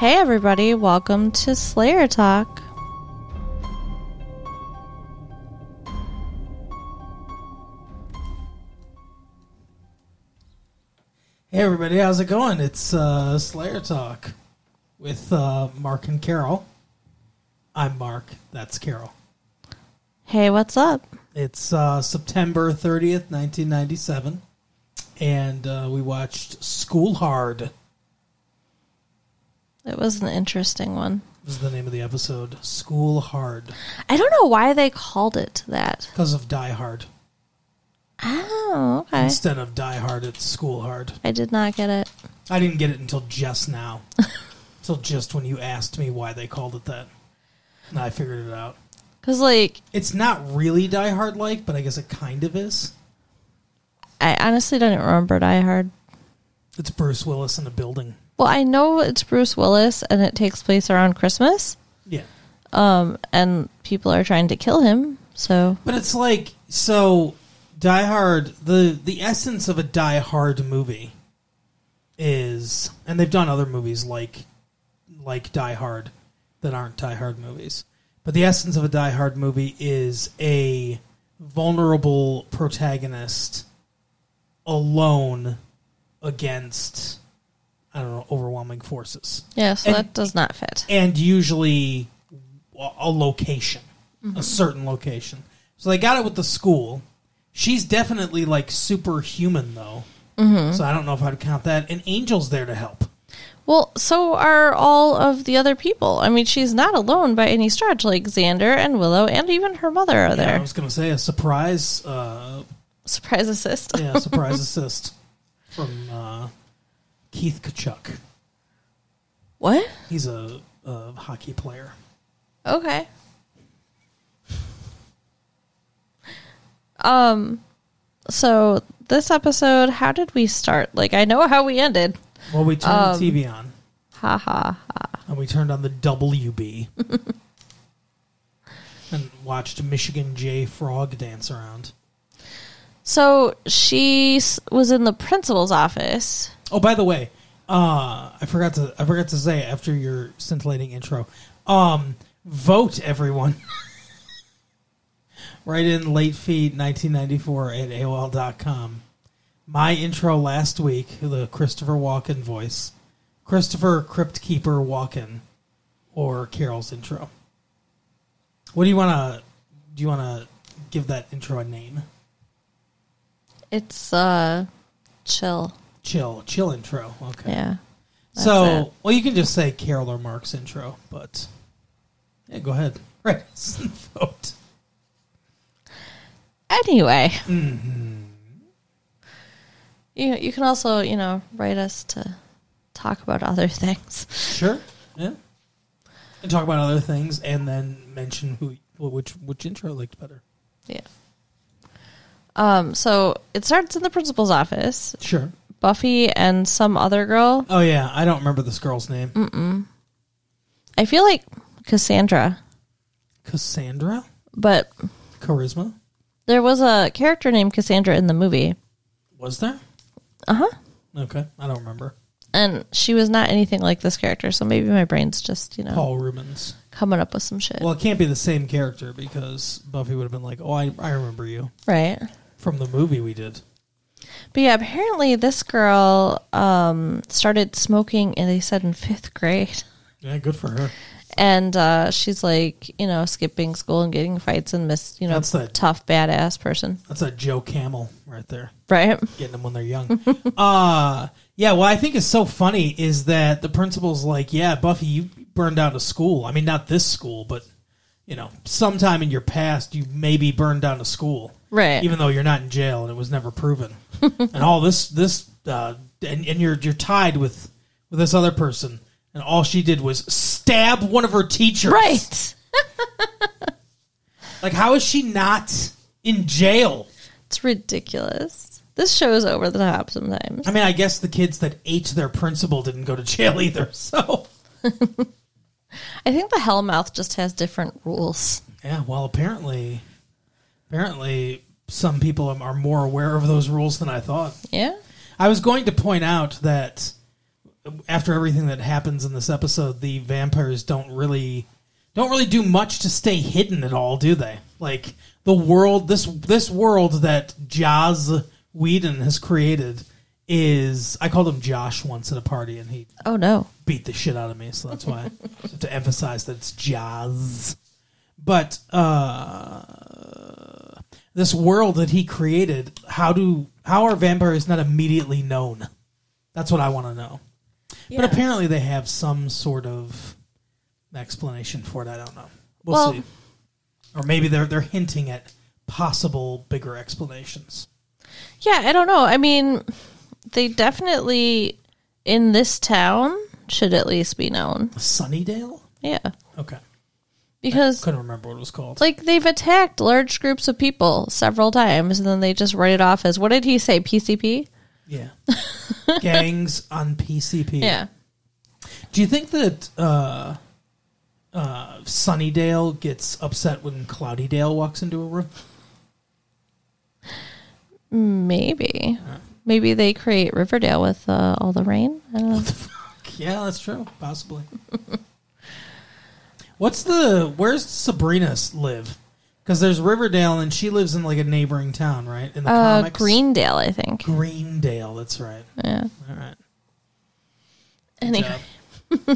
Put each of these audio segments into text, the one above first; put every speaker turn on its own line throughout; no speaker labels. Hey, everybody, welcome to Slayer Talk.
Hey everybody, how's it going? It's uh, Slayer Talk with uh, Mark and Carol. I'm Mark. That's Carol.
Hey, what's up?
It's uh, September 30th, 1997, and uh, we watched School Hard.
It was an interesting one.
Was the name of the episode School Hard
I don't know why they called it that.
because of Die Hard
Oh, okay.
instead of Die Hard. It's School Hard.
I did not get it.
I didn't get it until just now, until just when you asked me why they called it that, and I figured it out.
Because, like,
It's not really Die Hard like, but I guess it kind of is.
I honestly didn't remember Die Hard.
It's Bruce Willis in a building.
Well, I know it's Bruce Willis and it takes place around Christmas,
Yeah.
um, and people are trying to kill him, so.
But it's like so Die Hard the the essence of a Die Hard movie is and they've done other movies like like Die Hard that aren't Die Hard movies. But the essence of a Die Hard movie is a vulnerable protagonist alone against I don't know overwhelming forces.
Yeah, so
And-
that does not fit.
and usually a a location, a certain location. So they got it with the school. She's definitely like superhuman though, so I don't know if I'd count that. And Angel's there to help.
Well, so are all of the other people. I mean, she's not alone by any stretch. Like Xander and Willow, and even her mother are
Yeah,
there.
I was gonna say a surprise, uh,
Surprise assist.
yeah, surprise assist from uh, Keith Kachuk.
What?
He's a, a hockey player.
Okay. Um. So this episode, how did we start? Like, I know how we ended.
Well, we turned the TV on
Ha ha.
and we turned on the WB and watched Michigan J Frog dance around.
So she s- was in the principal's office.
Oh, by the way, uh, I forgot to I forgot to say after your scintillating intro, um, vote everyone. Write in late feed 1994 at AOL.com. My intro last week, the Christopher Walken voice, Christopher Crypt Keeper Walken, or Carol's intro. What do you want to? Do you want to give that intro a name?
It's uh, chill.
Chill, chill intro. Okay.
Yeah. That's
so,
it.
well, you can just say Carol or Mark's intro, but yeah, go ahead. Right, vote.
Anyway. Mm-hmm. You, you can also, you know, write us to talk about other things.
Sure. Yeah. And talk about other things, and then mention who, which, which intro liked better.
Yeah. Um, so it starts in the principal's office.
Sure.
Buffy and some other girl.
Oh yeah, I don't remember this girl's name.
Mm. I feel like Cassandra,
Cassandra,
but
charisma,
there was a character named Cassandra in the movie,
was there?
Uh-huh.
Uh huh. Okay, I don't remember.
and she was not anything like this character. So maybe my brain's just you know
Paul Rubens.
coming up with some shit,
Oh. Well, it can't be the same character because Buffy would have been like, "Oh, I, I remember you
right?
from the movie we did."
But yeah, apparently this girl um, started smoking, and they said in fifth grade.
Yeah, good for her.
and uh, she's like, you know, skipping school and getting fights and miss, you know,
That's the-
tough badass person,
That's a Joe Camel right there.
right?
getting them when they're young. uh yeah, what I think is so funny is that the principal's like, "Yeah, Buffy, you burned down a school. I mean, not this school, but you know, sometime in your past you maybe burned down a school,
Right.
Even though you're not in jail and it was never proven. and all this, this, uh, and and you're you're tied with with this other person, and all she did was stab one of her teachers,
Right.
Like, how is she not in jail?
It's ridiculous. This show is over the top sometimes.
I mean, I guess the kids that ate their principal didn't go to jail either, so.
I think the Hellmouth just has different rules.
Yeah, well, apparently, apparently, some people am- are more aware of those rules than I thought.
Yeah.
I was going to point out that after everything that happens in this episode, the vampires don't really don't really do much to stay hidden at all, do they? Like the world this this world that Jaz Whedon has created is I called him Josh once at a party and he
Oh no.
beat the shit out of me, so that's why I have to emphasize that it's Jaz. But uh this world that he created, how do how are vampires not immediately known? That's what I want to know. But apparently they have some sort of explanation for it. I don't know. We'll,
Well-
see. Or maybe they're they're hinting at possible bigger explanations.
Yeah, I don't know. I mean, they definitely in this town should at least be known.
Sunnydale?
Yeah.
Okay.
Because
Couldn't remember what it was called.
like they've attacked large groups of people several times and then they just write it off as what did he say, PCP?
yeah. Gangs on PCP.
Yeah.
Do you think that uh, uh, Sunnydale gets upset when Cloudydale walks into a room?
Maybe. Maybe they create Riverdale with uh, all the rain. I don't know.
Yeah, that's true. Possibly. What's the where's Sabrina s- live? Because there's Riverdale, and she lives in like a neighboring town, right? In the
Uh,
comics,
Greendale, I think.
Greendale. That's right.
Yeah.
All right.
Anyway,
Yeah.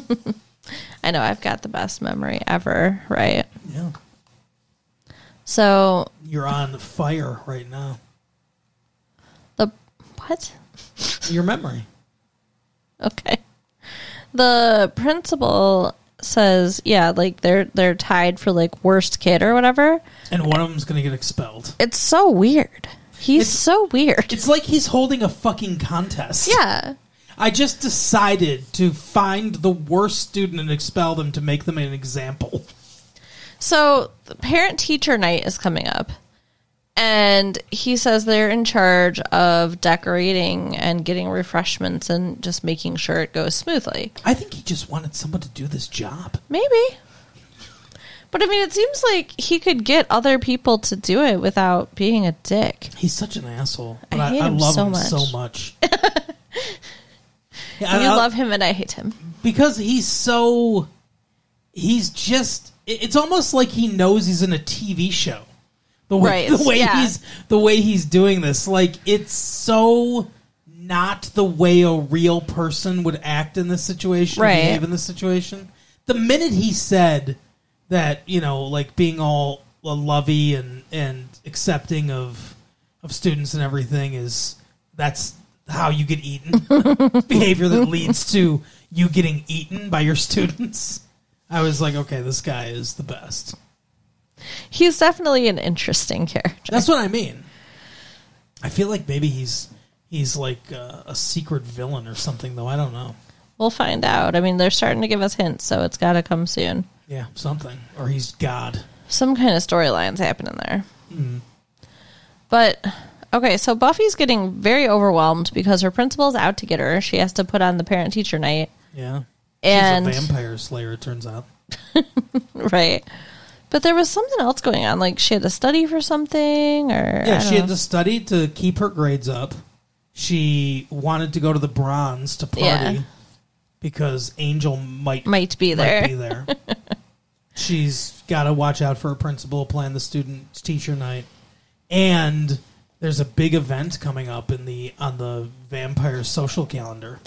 I know I've got the best memory ever, right?
yeah,
So
you're on fire right now.
the what?
Your memory.
Okay. The principal says, yeah, like they're they're tied for like worst kid or whatever.
And one of them's gonna get expelled.
It's so weird. He's
It's-
so weird.
It's like he's holding a fucking contest.
Yeah.
I just decided to find the worst student and expel them to make them an example.
So the parent teacher night is coming up. And he says they're in charge of decorating and getting refreshments and just making sure it goes smoothly.
I think he just wanted someone to do this job.
Maybe. But I mean, it seems like he could get other people to do it without being a dick.
He's such an asshole. But I,
I hate
I
him
love
so
him
much.
so much. yeah,
You
I- I-
love him and I hate him.
because he's so he's just it- it's almost like he knows he's in a TV show. The way
Right,
the way
yeah.
he's the way he's doing this like it's so not the way a real person would act in this situation,
Right.
behave in this situation. The minute he said that, you know, like being all lovey and and accepting of of students and everything is that's how you get eaten behavior that leads to you getting eaten by your students. I was like, okay, this guy is the best.
He's definitely an interesting character.
That's what I mean. I feel like maybe he's he's like uh, a secret villain or something, though. I don't know.
We'll find out. I mean, they're starting to give us hints, so it's got to come soon.
Yeah, something, or he's God.
Some kind of storyline's happening there.
Hmm.
But, okay, so Buffy's getting very overwhelmed because her principal's out to get her. She has to put on the parent teacher night.
Yeah,
And
he's a vampire slayer. It turns out.
Right. But there was something else going on. Like she had to study for something or
Yeah,
I
she
don't
had
know.
to study to keep her grades up. She wanted to go to the Bronze to party
Yeah.
because Angel might
might be there.
Might be there. She's got to watch out for her principal, plan the student teacher night, and there's a big event coming up in the on the vampire social calendar.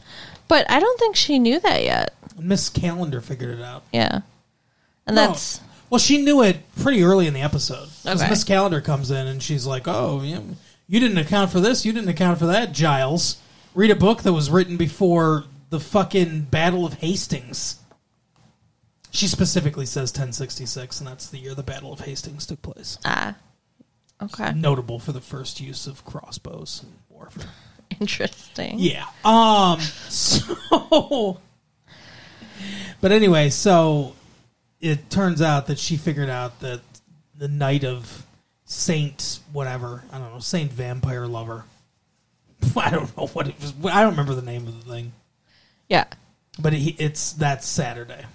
But I don't think she knew that yet.
Miss Calendar figured it out.
Yeah. And
No.
that's
well, she knew it pretty early in the episode. 'Cause
Okay.
Miss Calendar comes in and she's like, "Oh, you, you didn't account for this. You didn't account for that, Giles. Read a book that was written before the fucking Battle of Hastings." She specifically says 1066, and that's the year the Battle of Hastings took place.
ah. Okay.
Notable for the first use of crossbows in warfare.
Interesting.
Yeah. Um. So. But anyway, so it turns out that she figured out that the night of Saint whatever I don't know Saint Vampire Lover. I don't know what it was. I don't remember the name of the thing,
Yeah.
but it, it's that Saturday.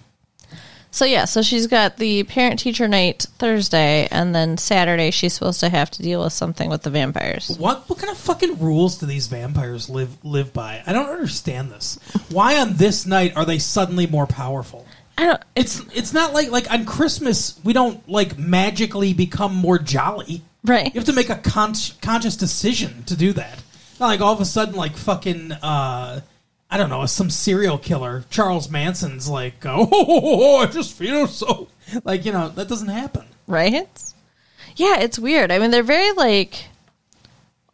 So yeah, so she's got the parent teacher night Thursday, and then Saturday she's supposed to have to deal with something with the vampires.
What what kind of fucking rules do these vampires live live by? I don't understand this. Why on this night are they suddenly more powerful?
I don't.
It's it's not like like on Christmas we don't like magically become more jolly.
Right.
You have to make a con- conscious decision to do that. Not like all of a sudden like fucking uh I don't know, some serial killer, Charles Manson's like, oh, I just feel so like, you know, that doesn't happen.
Right? Yeah, it's weird. I mean, they're very like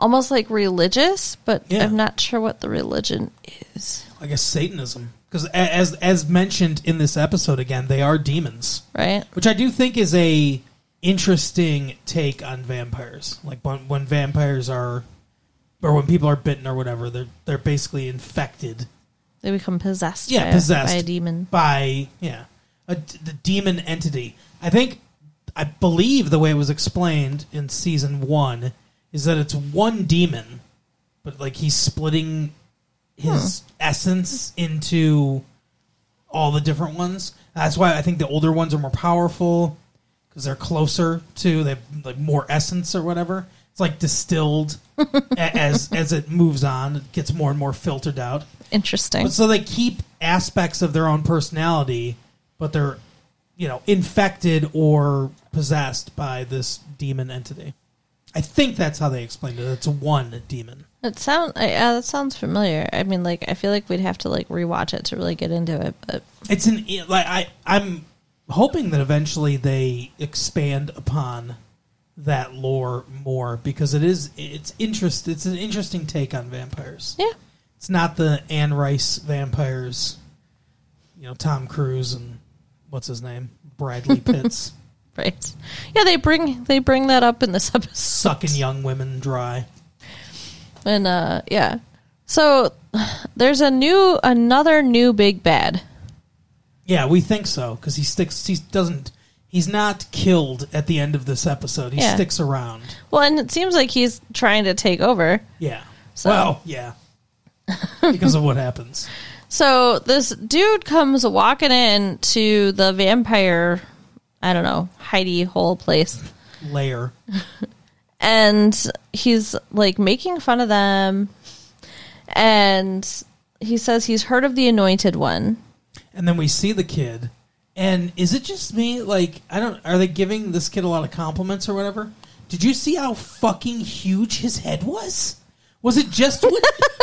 almost like religious, but
Yeah.
I'm not sure what the religion is.
I guess Satanism, because as as mentioned in this episode again, they are demons,
Right?
which I do think is a interesting take on vampires. Like when, when vampires are, or when people are bitten or whatever, they're they're basically infected.
They become possessed.
Yeah,
by,
possessed
by a demon.
by yeah a d- the demon entity. I think I believe the way it was explained in season one is that it's one demon, but like he's splitting his essence into all the different ones. That's why I think the older ones are more powerful because they're closer to they have like more essence or whatever. It's like distilled a- as as it moves on, it gets more and more filtered out.
Interesting.
But so they keep aspects of their own personality, but they're, you know, infected or possessed by this demon entity. I think that's how they explained it. It's one demon.
It sounds. Yeah, that sounds familiar. I mean, like I feel like we'd have to like rewatch it to really get into it. But
It's an e, like I I'm hoping that eventually they expand upon that lore more because it is it's interest it's an interesting take on vampires.
yeah,
It's not the Anne Rice vampires, you know, Tom Cruise and what's his name? Bradley Pitts.
right. Yeah, they bring they bring that up in this episode.
sucking young women dry.
And uh yeah. So there's a new another new big bad.
Yeah, we think so because he sticks. He doesn't. He's not killed at the end of this episode. He
Yeah.
sticks around.
Well, and it seems like he's trying to take over.
Yeah.
So-
Well, yeah. because of what happens.
So this dude comes walking in to the vampire I don't know, Heidi hole place.
Layer.
And he's like making fun of them. And he says he's heard of the anointed one.
And then we see the kid. And is it just me? Like, I don't. Are they giving this kid a lot of compliments or whatever? Did you see how fucking huge his head was? Was it just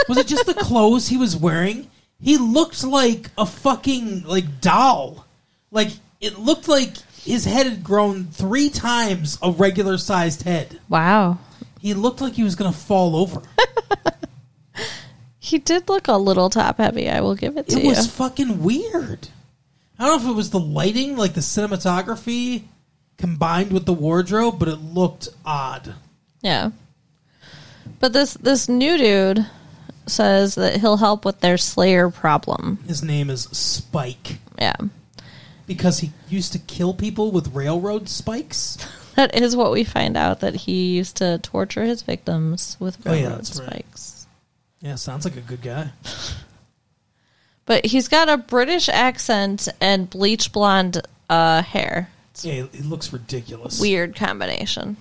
was it just the clothes he was wearing? He looked like a fucking like doll. Like it looked like his head had grown three times a regular sized head.
Wow.
He looked like he was gonna fall over.
He did look a little top heavy, I will give it to
It
you.
was fucking weird. I don't know if it was the lighting, like the cinematography combined with the wardrobe, but it looked odd.
Yeah. But this this new dude says that he'll help with their slayer problem.
His name is Spike
Yeah.
because he used to kill people with railroad spikes.
That is what we find out that he used to torture his victims with
Oh, yeah,
railroad
that's right.
spikes.
Yeah, sounds like a good guy.
But he's got a British accent and bleach blonde uh, hair. It's
Yeah, he looks ridiculous.
a weird combination.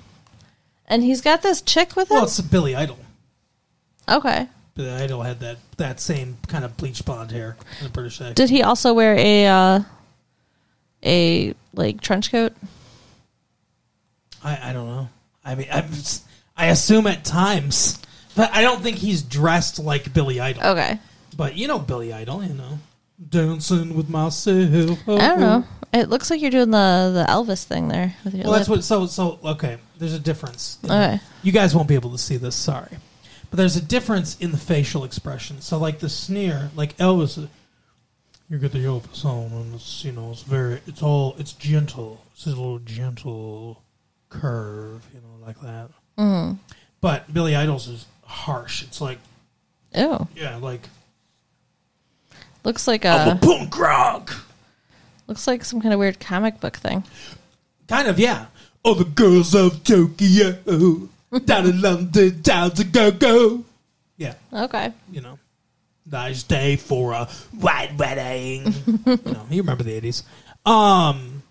And he's got this chick with him.
Well, it's Billy Idol.
okay.
Billy Idol had that that same kind of bleach blonde hair in the British accent.
Did he also wear a uh, a like trench coat?
I, I don't know. I mean, I'm, s- I assume at times, but I don't think he's dressed like Billy Idol.
Okay.
But you know Billy Idol, you know. Dancing with myself.
I don't know. It looks like you're doing the the Elvis thing there with your
Well, that's
lip.
what. So, so okay. There's a difference.
Okay.
You guys won't be able to see this. Sorry, but there's a difference in the facial expression. So, like the sneer, like Elvis. uh, You get the Elvis on, and it's you know it's very it's all it's gentle. It's a little gentle curve, you know, like that. Mm.
Mm-hmm.
But Billy Idol's is harsh. It's like
Ew.
yeah, like
Looks like
I'm
a
a punk rock.
looks like some kind of weird comic book thing.
Kind of, yeah. All the girls of Tokyo down in London, down to go go. Yeah,
Okay.
you know, nice day for a white wedding. you know, you remember the eighties. Um,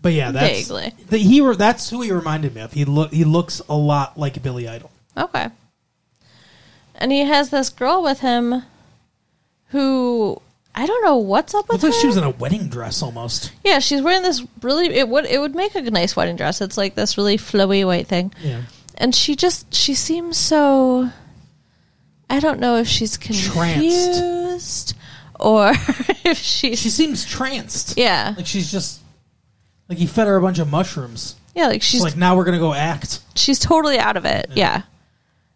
but yeah, that's
Vaguely.
the, he. re- That's who he reminded me of. He look he looks a lot like Billy Idol.
Okay. And he has this girl with him who I don't know what's up with
Looks like
her.
she was in a wedding dress almost.
yeah, she's wearing this really it would it would make a nice wedding dress. It's like this really flowy white thing.
Yeah,
And she just she seems so I don't know if she's confused or if she's
she seems tranced.
yeah.
like she's just like he fed her a bunch of mushrooms.
Yeah, like she's
She's like now we're gonna go act.
she's totally out of it. Yeah.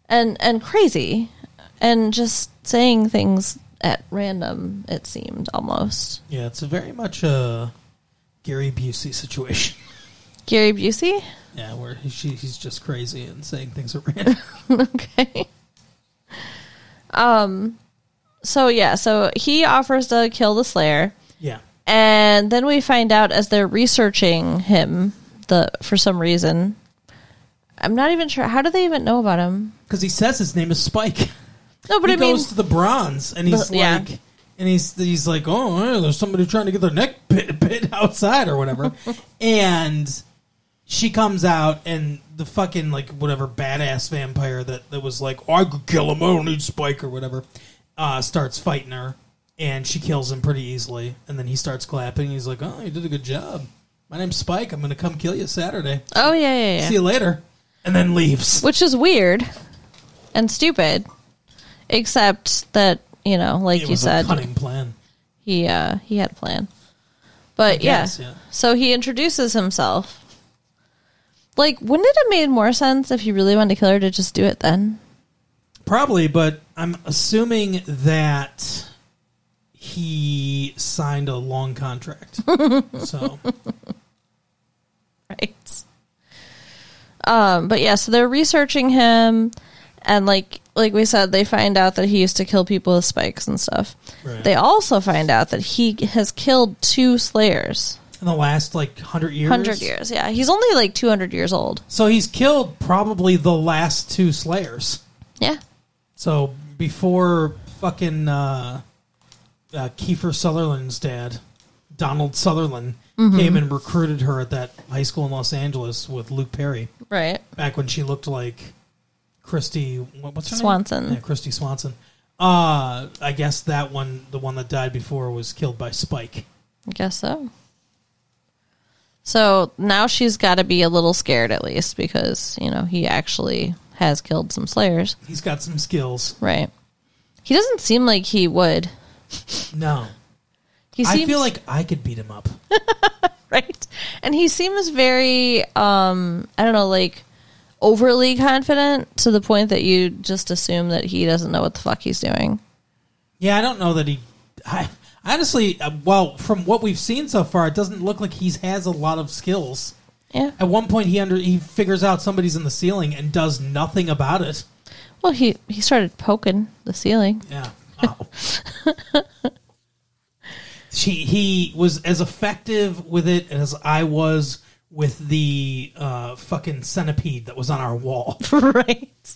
And and crazy and just saying things at random it seemed almost.
Yeah, it's a very much a Gary Busey situation.
Gary Busey?
Yeah, where he, she, he's just crazy and saying things are random.
okay. Um so yeah, so he offers to kill the slayer
yeah,
and then we find out as they're researching him the for some reason I'm not even sure how do they even know about him?
because he says his name is Spike.
No, but
he
I mean
goes to the bronze and he's
The- yeah.
like and he's he's like oh yeah, there's somebody trying to get their neck bit, bit outside or whatever and she comes out and the fucking like whatever badass vampire that, that was like i could kill him i don't need spike or whatever uh, starts fighting her and she kills him pretty easily and then he starts clapping he's like oh you did a good job my name's spike i'm gonna come kill you saturday
Oh yeah, yeah, yeah.
see you later and then leaves
which is weird and stupid except that you know like
it
you
was
said
a cunning plan
he uh he had a plan but yeah.
guess, yeah.
so he introduces himself like wouldn't it have made more sense if you really wanted to kill her to just do it then
Probably, but I'm assuming that he signed a long contract. so
right um but yeah so they're researching him and like like we said they find out that he used to kill people with spikes and stuff
Right.
they also find out that he has killed two slayers
in the last like hundred years,
100 years yeah he's only like 200 years old
So he's killed probably the last two Slayers.
yeah
So before fucking uh, uh, Kiefer Sutherland's dad, Donald Sutherland, came and recruited her at that high school in Los Angeles with Luke Perry.
right
back when she looked like Christy what, what's her
Swanson.
name? Yeah, Christy Swanson. Uh I guess that one the one that died before was killed by Spike.
i guess so so now she's got to be a little scared at least because you know he actually has killed some slayers
He's got some skills.
right he doesn't seem like he would
No.
he seems
I feel like I could beat him up.
right and he seems very um i don't know like overly confident to the point that you just assume that he doesn't know what the fuck he's doing
yeah, I don't know that he I, honestly uh, well, from what we've seen so far, it doesn't look like he has a lot of skills.
yeah
At one point he under he figures out somebody's in the ceiling and does nothing about it.
well he he started poking the ceiling
Yeah. Wow. she he was as effective with it as I was with the uh, fucking centipede that was on our wall.
right.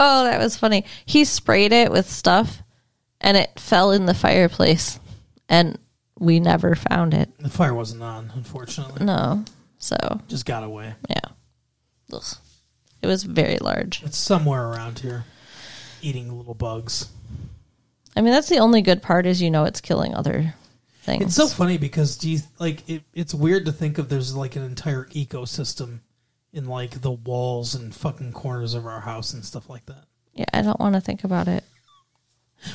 Oh, that was funny. He sprayed it with stuff and it fell in the fireplace and we never found it.
The fire wasn't on, unfortunately.
No. So,
Just got away.
yeah. Ugh. It was very large.
It's somewhere around here, eating little bugs.
I mean, that's the only good part is you know it's killing other things.
It's so funny because do you like it, it's weird to think of there's like an entire ecosystem in like the walls and fucking corners of our house and stuff like that.
yeah, I don't want to think about it.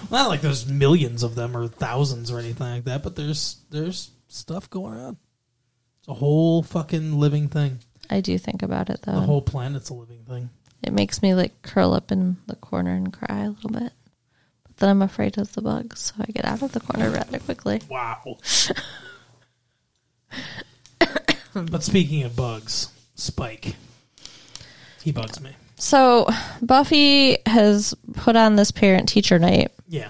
Not like there's millions of them or thousands or anything like that, but there's there's stuff going on. It's a whole fucking living thing.
I do think about it
The
though.
whole planet's a living thing.
it makes me like curl up in the corner and cry a little bit. But then I'm afraid of the bugs, so I get out of the corner rather quickly.
Wow. but speaking of bugs, Spike. He bugs me.
So Buffy has put on this parent teacher night,
Yeah.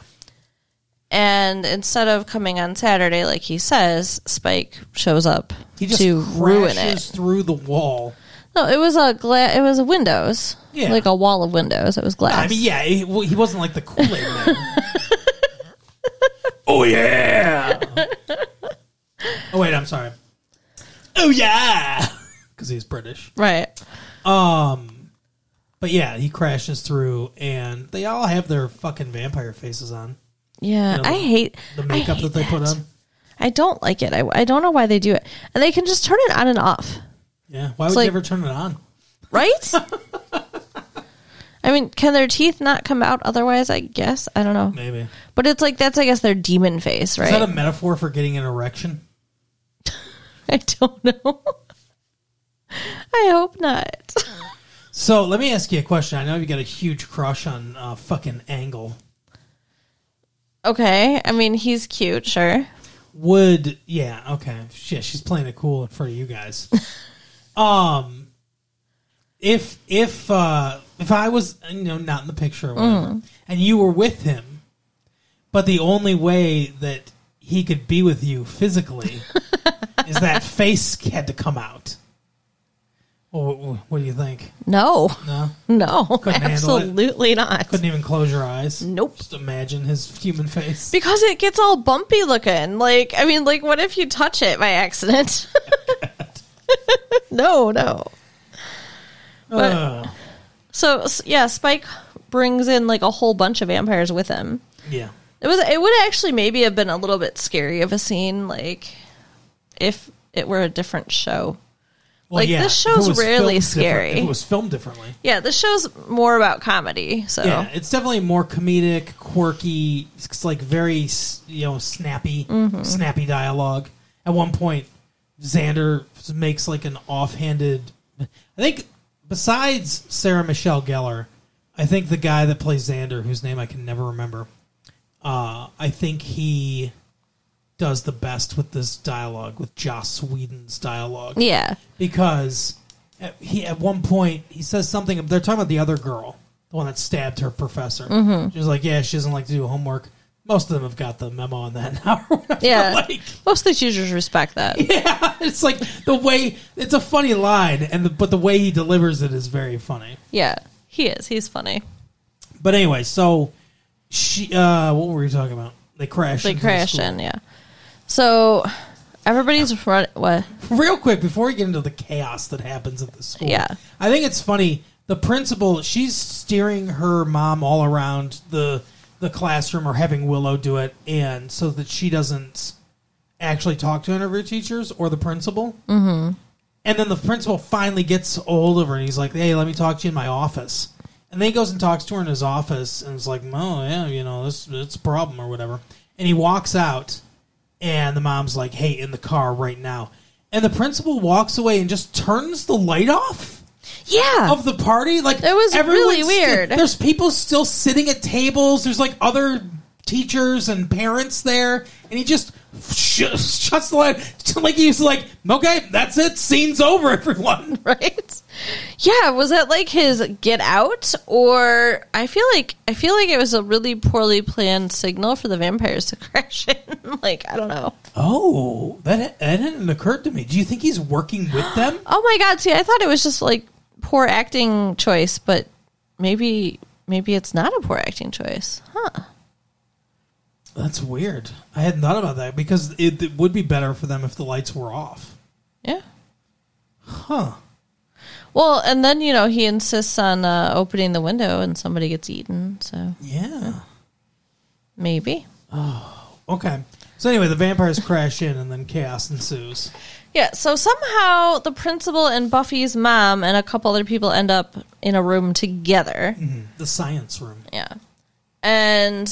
and instead of coming on Saturday like he says, Spike shows up
He just
to
crashes
ruin it.
through the wall.
No, it was a gla- it was a windows,
Yeah.
like a wall of windows. It was glass.
I mean, yeah, he, well, he wasn't like the Kool-Aid man.
Oh yeah!
Oh wait, I'm sorry. Oh yeah, because he's British.
Right.
Um, but yeah, he crashes through, and they all have their fucking vampire faces on.
Yeah.
You know,
I hate
The
I
makeup
hate
that they put
that.
on.
I don't like it. I, I don't know why they do it. And they can just turn it on and off,
Yeah, why
It's
would
like-
you ever turn it on?
right? I mean, can their teeth not come out otherwise? I guess. I don't know.
Maybe
But it's like, that's, I guess, their demon face,
is
right?
that a metaphor for getting an erection?
I don't know. I hope not.
So let me ask you a question. I know you got a huge crush on uh, fucking Angle.
Okay. I mean, he's cute, sure.
Would yeah okay shit she's playing it cool in front of you guys. um, if if uh if I was you know not in the picture or whatever, and you were with him, but the only way that he could be with you physically is that face had to come out. Well, what, what do you think?
No.
No,
No.
Couldn't handle it.
absolutely not.
couldn't even close your eyes.
Nope.
Just imagine his human face.
Because it gets all bumpy looking. Like, I mean, like, what if you touch it by accident? no, no. But-
Ugh.
So s- yeah, Spike brings in like a whole bunch of vampires with him.
yeah.
It was it would actually maybe have been a little bit scary of a scene, like if it were a different show.
Well,
Like,
yeah,
this
if it
show's
was
really
filmed different-
scary.
If it was filmed differently.
Yeah, this show's more about comedy, so
Yeah, it's definitely more comedic, quirky. It's like very s- you know snappy, snappy dialogue. At one point, Xander makes like an offhanded. I think besides Sarah Michelle Gellar, I think the guy that plays Xander, whose name I can never remember, uh, I think he does the best with this dialogue with Joss Whedon's dialogue
yeah,
because at, he at one point he says something. They're talking about the other girl, the one that stabbed her professor.
Mm-hmm.
She's like, "Yeah, she doesn't like to do homework." Most of them have got the memo on that now. or whatever.
yeah.
like,
Most of the teachers respect that.
yeah, it's like the way it's a funny line, and the, but the way he delivers it is very funny.
Yeah, he is. He's funny.
But anyway, so she, uh, what were we talking about? They crashed.
They
into the
crash
school. Oh.
in, yeah. So everybody's run. What?
real quick before we get into the chaos that happens at the school.
Yeah.
I think it's funny. The principal, she's steering her mom all around the the classroom or having Willow do it and so that she doesn't actually talk to any of her teachers or the principal. Mm-hmm. And then the principal finally gets a hold of her and he's like, Hey, let me talk to you in my office. And then he goes and talks to her in his office and it's like, Oh yeah, you know, this it's a problem or whatever. And he walks out and the mom's like, Hey, in the car right now. And the principal walks away and just turns the light off
Yeah,
of the party. Like
It was
everyone's
really weird.
sti- there's people still sitting at tables. There's like other teachers and parents there, and he just sh- shuts the light. Like he's like, okay, that's it. Scene's over, everyone.
right? Yeah, was that like his get out or I feel like I feel like it was a really poorly planned signal for the vampires to crash in. like, I don't know.
Oh, that that hadn't occurred to me. Do you think he's working with them?
Oh my god, see, I thought it was just like poor acting choice, but maybe maybe it's not a poor acting choice. Huh.
That's weird. I hadn't thought about that because it, it would be better for them if the lights were off.
Yeah.
Huh.
Well, and then, you know, he insists on uh, opening the window and somebody gets eaten, so
Yeah.
maybe.
Okay. So anyway, the vampires crash in, and then chaos ensues.
Yeah, so somehow the principal and Buffy's mom and a couple other people end up in a room together.
The science room.
Yeah. And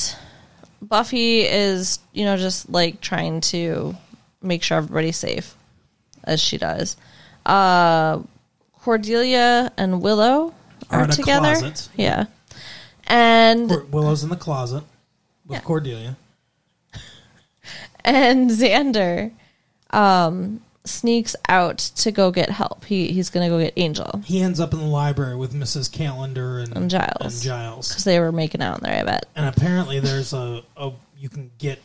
Buffy is, you know, just like trying to make sure everybody's safe as she does. Uh Cordelia and Willow
Are
are
in a
together.
closet.
Yeah. And
Cor- Willow's in the closet with
Yeah.
Cordelia.
and Xander um sneaks out to go get help. He he's going to go get Angel
He ends up in the library with Mrs. Calendar and,
And Giles.
And Giles.
cuz they were making out in there, I bet.
And apparently, there's a, a you can get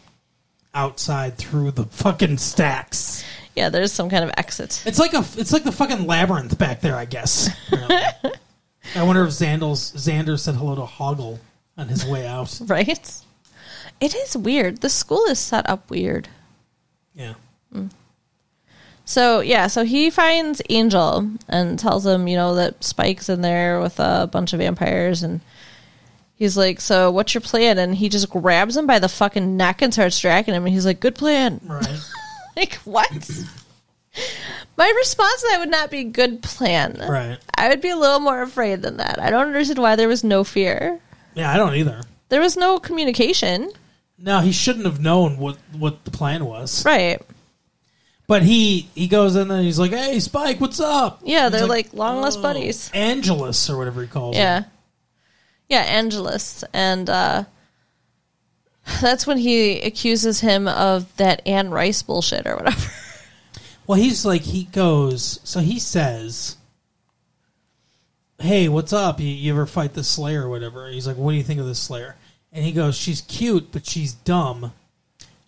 outside through the fucking stacks.
Yeah, there's some kind of exit.
It's like a it's like the fucking labyrinth back there, I guess. apparently. I wonder if Xander's, Xander said hello to Hoggle on his way out.
right? It is weird. The school is set up weird.
Yeah.
So yeah, so he finds Angel and tells him, you know, that Spike's in there with a bunch of vampires and he's like, So what's your plan? And he just grabs him by the fucking neck and starts dragging him and he's like, Good plan.
Right.
Like what? My response to that would not be good plan.
Right.
I would be a little more afraid than that. I don't understand why there was no fear.
Yeah, I don't either.
There was no communication.
No, he shouldn't have known what what the plan was.
Right.
But he he goes in there and he's like, "Hey, Spike, what's up?"
Yeah,
He's "Oh,
they're like long lost buddies.
Angelus or whatever he calls.
Yeah.
him.
Yeah, Angelus. And uh that's when he accuses him of that Anne Rice bullshit or whatever.
Well, he's like he goes. So he says, "Hey, what's up? You, you ever fight the Slayer or whatever?" And he's like, "What do you think of this Slayer?" And he goes, "She's cute, but she's dumb.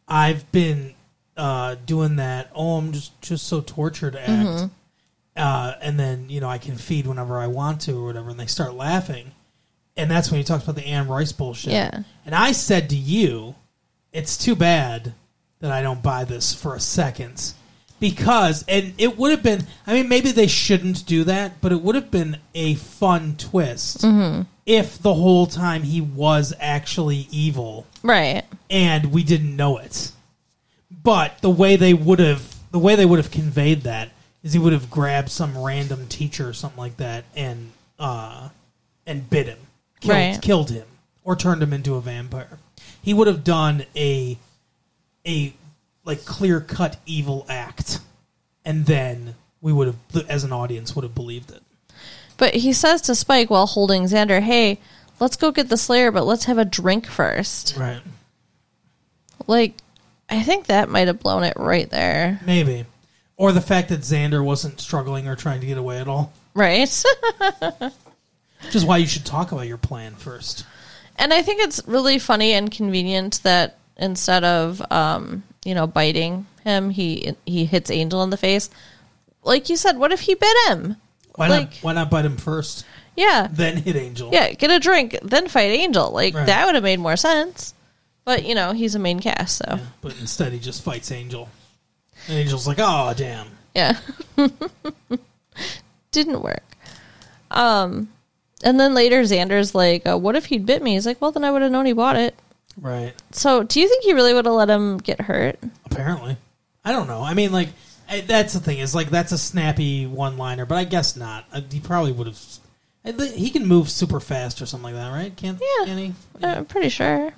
I've been uh, doing that. Oh, I'm just just so tortured act." Uh, and then you know I can feed whenever I want to or whatever, and they start laughing, and that's when he talks about the Anne Rice bullshit.
Yeah.
And I said to you, it's too bad that I don't buy this for a second. Because, and it would have been, I mean, maybe they shouldn't do that, but it would have been a fun twist if the whole time he was actually evil
right.
and we didn't know it. But the way they would have, the way they would have conveyed that is he would have grabbed some random teacher or something like that and, uh, and bit him, killed,
Right.
killed him, or turned him into a vampire. He would have done a, a like clear cut evil act, and then we would have, as an audience, would have believed it.
But he says to Spike while holding Xander, hey, let's go get the Slayer, but let's have a drink first.
Right.
Like, I think that might have blown it right there.
Maybe. Or the fact that Xander wasn't struggling or trying to get away at all.
Right?
Which is why you should talk about your plan first.
and I think it's really funny and convenient that instead of um, you know biting him, he he hits Angel in the face. Like you said, what if he bit him?
Why
Like-
not? Why not bite him first,
Yeah,
then hit Angel?
yeah. Get a drink, then fight Angel. Like
Right.
that would have made more sense. But you know, he's a main cast, so
But instead, he just fights Angel. And Angel's like, "Oh, damn."
yeah, didn't work. Um, and then later, Xander's like, uh, "What if he'd bit me?" He's like, "Well, then I would have known he bought it."
Right.
So, do you think he really would have let him get hurt?
Apparently, I don't know. I mean, like, I, that's the thing. Is like that's a snappy one-liner, but I guess not. Uh, he probably would have. I thi- He can move super fast or something like that, right? Can't?
Yeah. Uh,
Can he?
I'm pretty sure.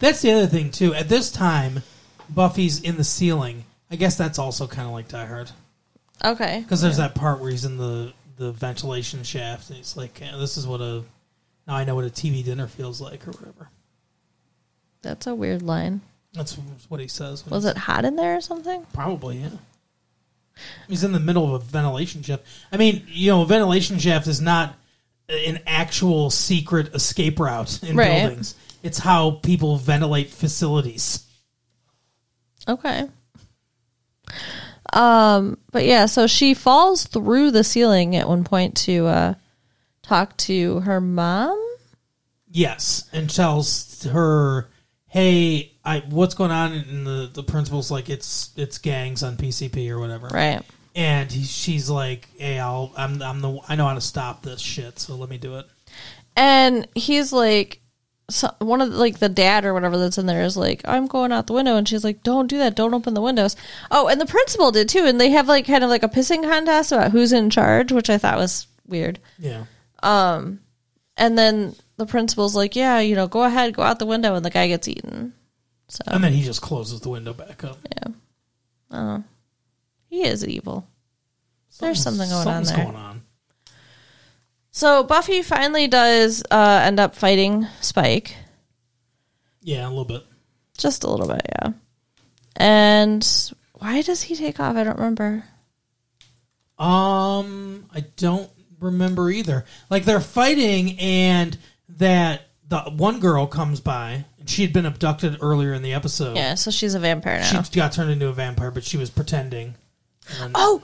That's the other thing too. At this time, Buffy's in the ceiling. I guess that's also kind of like Die Hard.
Okay.
Because there's that part where he's in the, the ventilation shaft, and he's like, "Eh, "This is what a now I know what a TV dinner feels like, or whatever."
That's a weird line.
That's what he says.
Was it hot in there or something?
probably? Yeah. He's in the middle of a ventilation shaft. I mean, you know, a ventilation shaft is not an actual secret escape route in
Right.
buildings. It's how people ventilate facilities.
Okay. Um, but yeah, so she falls through the ceiling at one point to uh talk to her mom.
Yes, and tells her, "Hey, I what's going on?" And the the principal's like, "It's it's gangs on PCP or whatever."
Right.
and he, she's like, "Hey, I'll, I'm, I'm the, I know how to stop this shit, so let me do it."
And he's like so one of the, like the dad or whatever that's in there is like I'm going out the window and she's like don't do that don't open the windows. Oh, and the principal did too and they have like kind of like a pissing contest about who's in charge, which I thought was weird.
Yeah,
And then the principal's like, "Yeah, you know, go ahead, go out the window," and the guy gets eaten.
and then he just closes the window back up.
He is evil. There's something going on
Something's
there.
Going on.
So Buffy finally does uh, end up fighting Spike,
Yeah, a little bit.
just a little bit, yeah. And why does he take off? I don't remember.
Um, I don't remember either. Like they're fighting, and that the one girl comes by, and she had been abducted earlier in the episode.
Yeah, so she's a vampire
She
now.
got turned into a vampire, but she was pretending.
oh,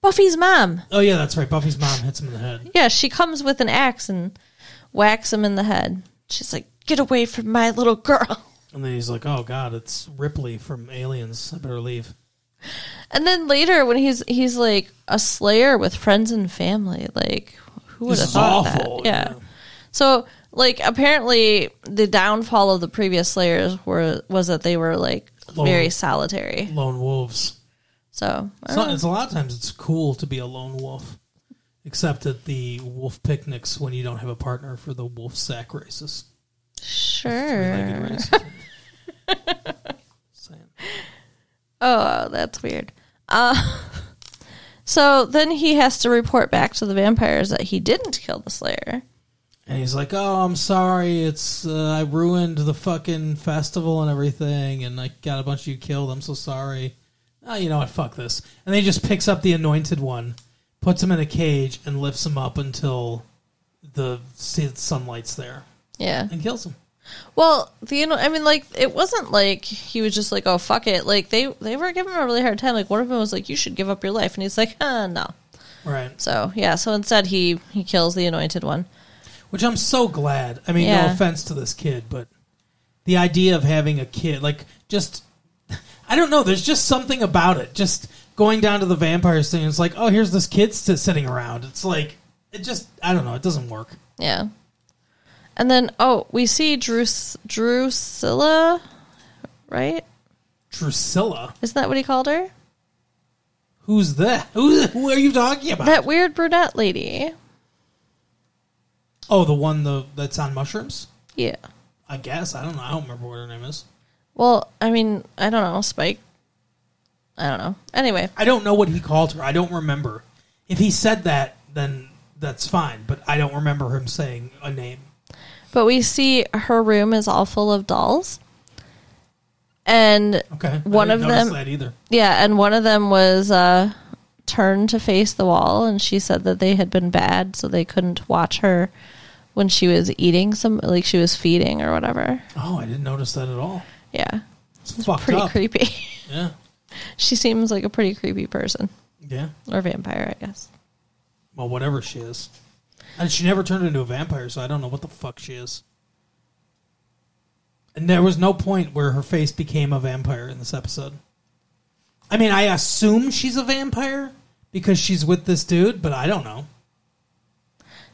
Buffy's mom.
Oh yeah, that's right. Buffy's mom hits him in the head.
Yeah, she comes with an axe and whacks him in the head. She's like, "Get away from my little girl."
And then he's like, "Oh God, it's Ripley from Aliens. I better leave."
And then later when he's he's like a slayer with friends and family, like who would
This
have
is
thought that?
awful,
Yeah.
yeah.
So like apparently the downfall of the previous slayers were was that they were like very
Lonely.
solitary.
Lone wolves.
So I
It's,
don't
not,
know.
it's a lot of times it's cool to be a lone wolf, except at the wolf picnics when you don't have a partner for the wolf sack races. Three-legged
sure.
races. Saying.
Oh, that's weird. Uh, so then he has to report back to the vampires that he didn't kill the slayer.
And he's like, "Oh, I'm sorry. It's uh, I ruined the fucking festival and everything, and I got a bunch of you killed. I'm so sorry." Oh, you know what? Fuck this. And then he just picks up the anointed one, puts him in a cage, and lifts him up until the see- sunlight's there,
Yeah.
and kills him.
Well, the you know, I mean, like it wasn't like he was just like, "Oh fuck it." Like they they were giving him a really hard time. Like one of them was like, "You should give up your life," and he's like, "Uh, no."
Right.
So yeah. So instead, he he kills the anointed one.
Which I'm so glad. I mean,
Yeah.
no offense to this kid, but the idea of having a kid, like, just, I don't know, there's just something about it. Just going down to the vampires thing, it's like, oh, here's this kid sit- sitting around. It's like, it just, I don't know, it doesn't work.
Yeah. And then oh, we see Drus Drusilla, right?
Drusilla,
Isn't that what he called her?
who's that? Who, who are you talking about?
That weird brunette lady.
oh, the one the, that's on mushrooms?
Yeah.
I guess. I don't know. I don't remember what her name is.
Well, I mean, I don't know, Spike. I don't know. Anyway,
I don't know what he called her. I don't remember. If he said that, then that's fine, but I don't remember him saying a name.
but we see her room is all full of dolls. And
Okay. I
One
didn't
of
notice
them-
That either.
yeah, and one of them was uh, turned to face the wall, and she said that they had been bad, so they couldn't watch her when she was eating some, like she was feeding or whatever.
Oh, I didn't notice that at all.
Yeah,
It's, fucked
pretty
up.
creepy.
Yeah.
she seems like a pretty creepy person
Yeah.
or vampire, I guess.
Well, whatever she is, and she never turned into a vampire, so I don't know what the fuck she is. And there was no point where her face became a vampire in this episode. I mean, I assume she's a vampire because she's with this dude, but I don't know.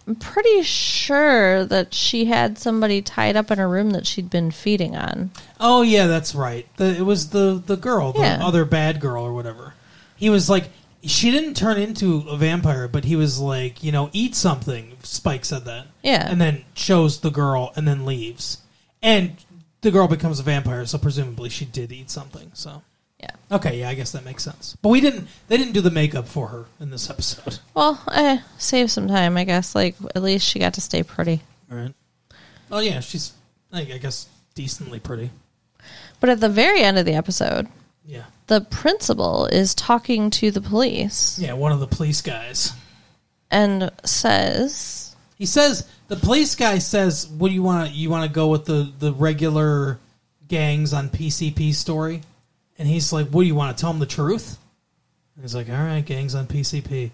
I'm pretty sure that she had somebody tied up in a room that she'd been feeding on.
Oh yeah, that's right. The, it was the the girl, the
Yeah.
other bad girl or whatever. He was like, she didn't turn into a vampire, but he was like, you know, eat something. Spike said that.
Yeah.
and then shows the girl and then leaves, and the girl becomes a vampire. So presumably she did eat something. So
Yeah.
okay, yeah, I guess that makes sense. But we didn't. They didn't do the makeup for her in this episode.
Well, eh, save some time, I guess. Like, at least she got to stay pretty.
All right. Oh yeah, she's I I guess decently pretty.
But at the very end of the episode,
Yeah.
the principal is talking to the police
Yeah, one of the police guys.
and says,
He says the police guy says, "What do you want? You want to go with the the regular gangs on PCP story?" And he's like, "What do you want to tell him the truth?" And he's like, "All right, gangs on PCP."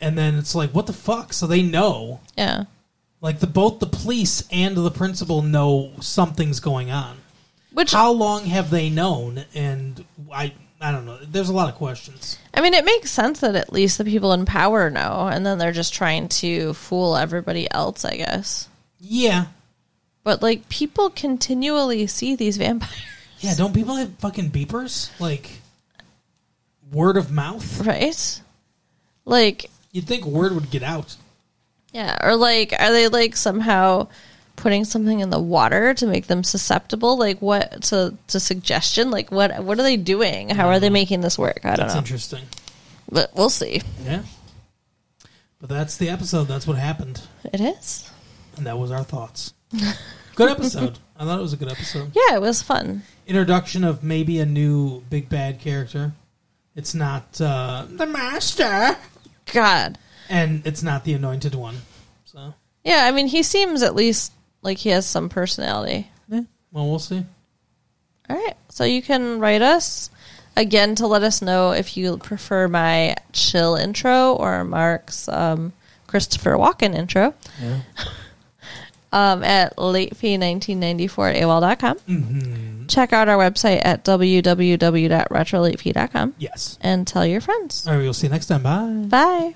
And then it's like, "What the fuck?" So they know,
yeah.
like the both the police and the principal know something's going on.
Which,
How long have they known? And I I don't know. There's a lot of questions.
I mean, it makes sense that at least the people in power know, and then they're just trying to fool everybody else, I guess.
Yeah,
But, like, people continually see these vampires,
yeah. Don't people have fucking beepers? Like word of mouth.
right? Like,
You'd think word would get out.
Yeah, or like, are they like somehow putting something in the water to make them susceptible? Like, what to to suggestion? Like, what what are they doing? How are they making this work? I don't
Uh-huh. That's
know,
interesting.
but we'll see.
Yeah. But that's the episode. That's what happened.
It is.
And that was our thoughts. good episode. I thought it was a good episode.
Yeah, it was fun.
Introduction of maybe a new big bad character. It's not uh, the master,
God,
and it's not the anointed one. So,
yeah. I mean, he seems at least like he has some personality.
yeah. Well, we'll see.
All right, so you can write us again to let us know if you prefer my chill intro or Mark's um, Christopher Walken intro.
Yeah.
um, at latefee1994 at AOL.com.
hmm
Check out our website at www.retrolapd.com
Yes.
and tell your friends.
All right, we'll see you next time. Bye.
Bye.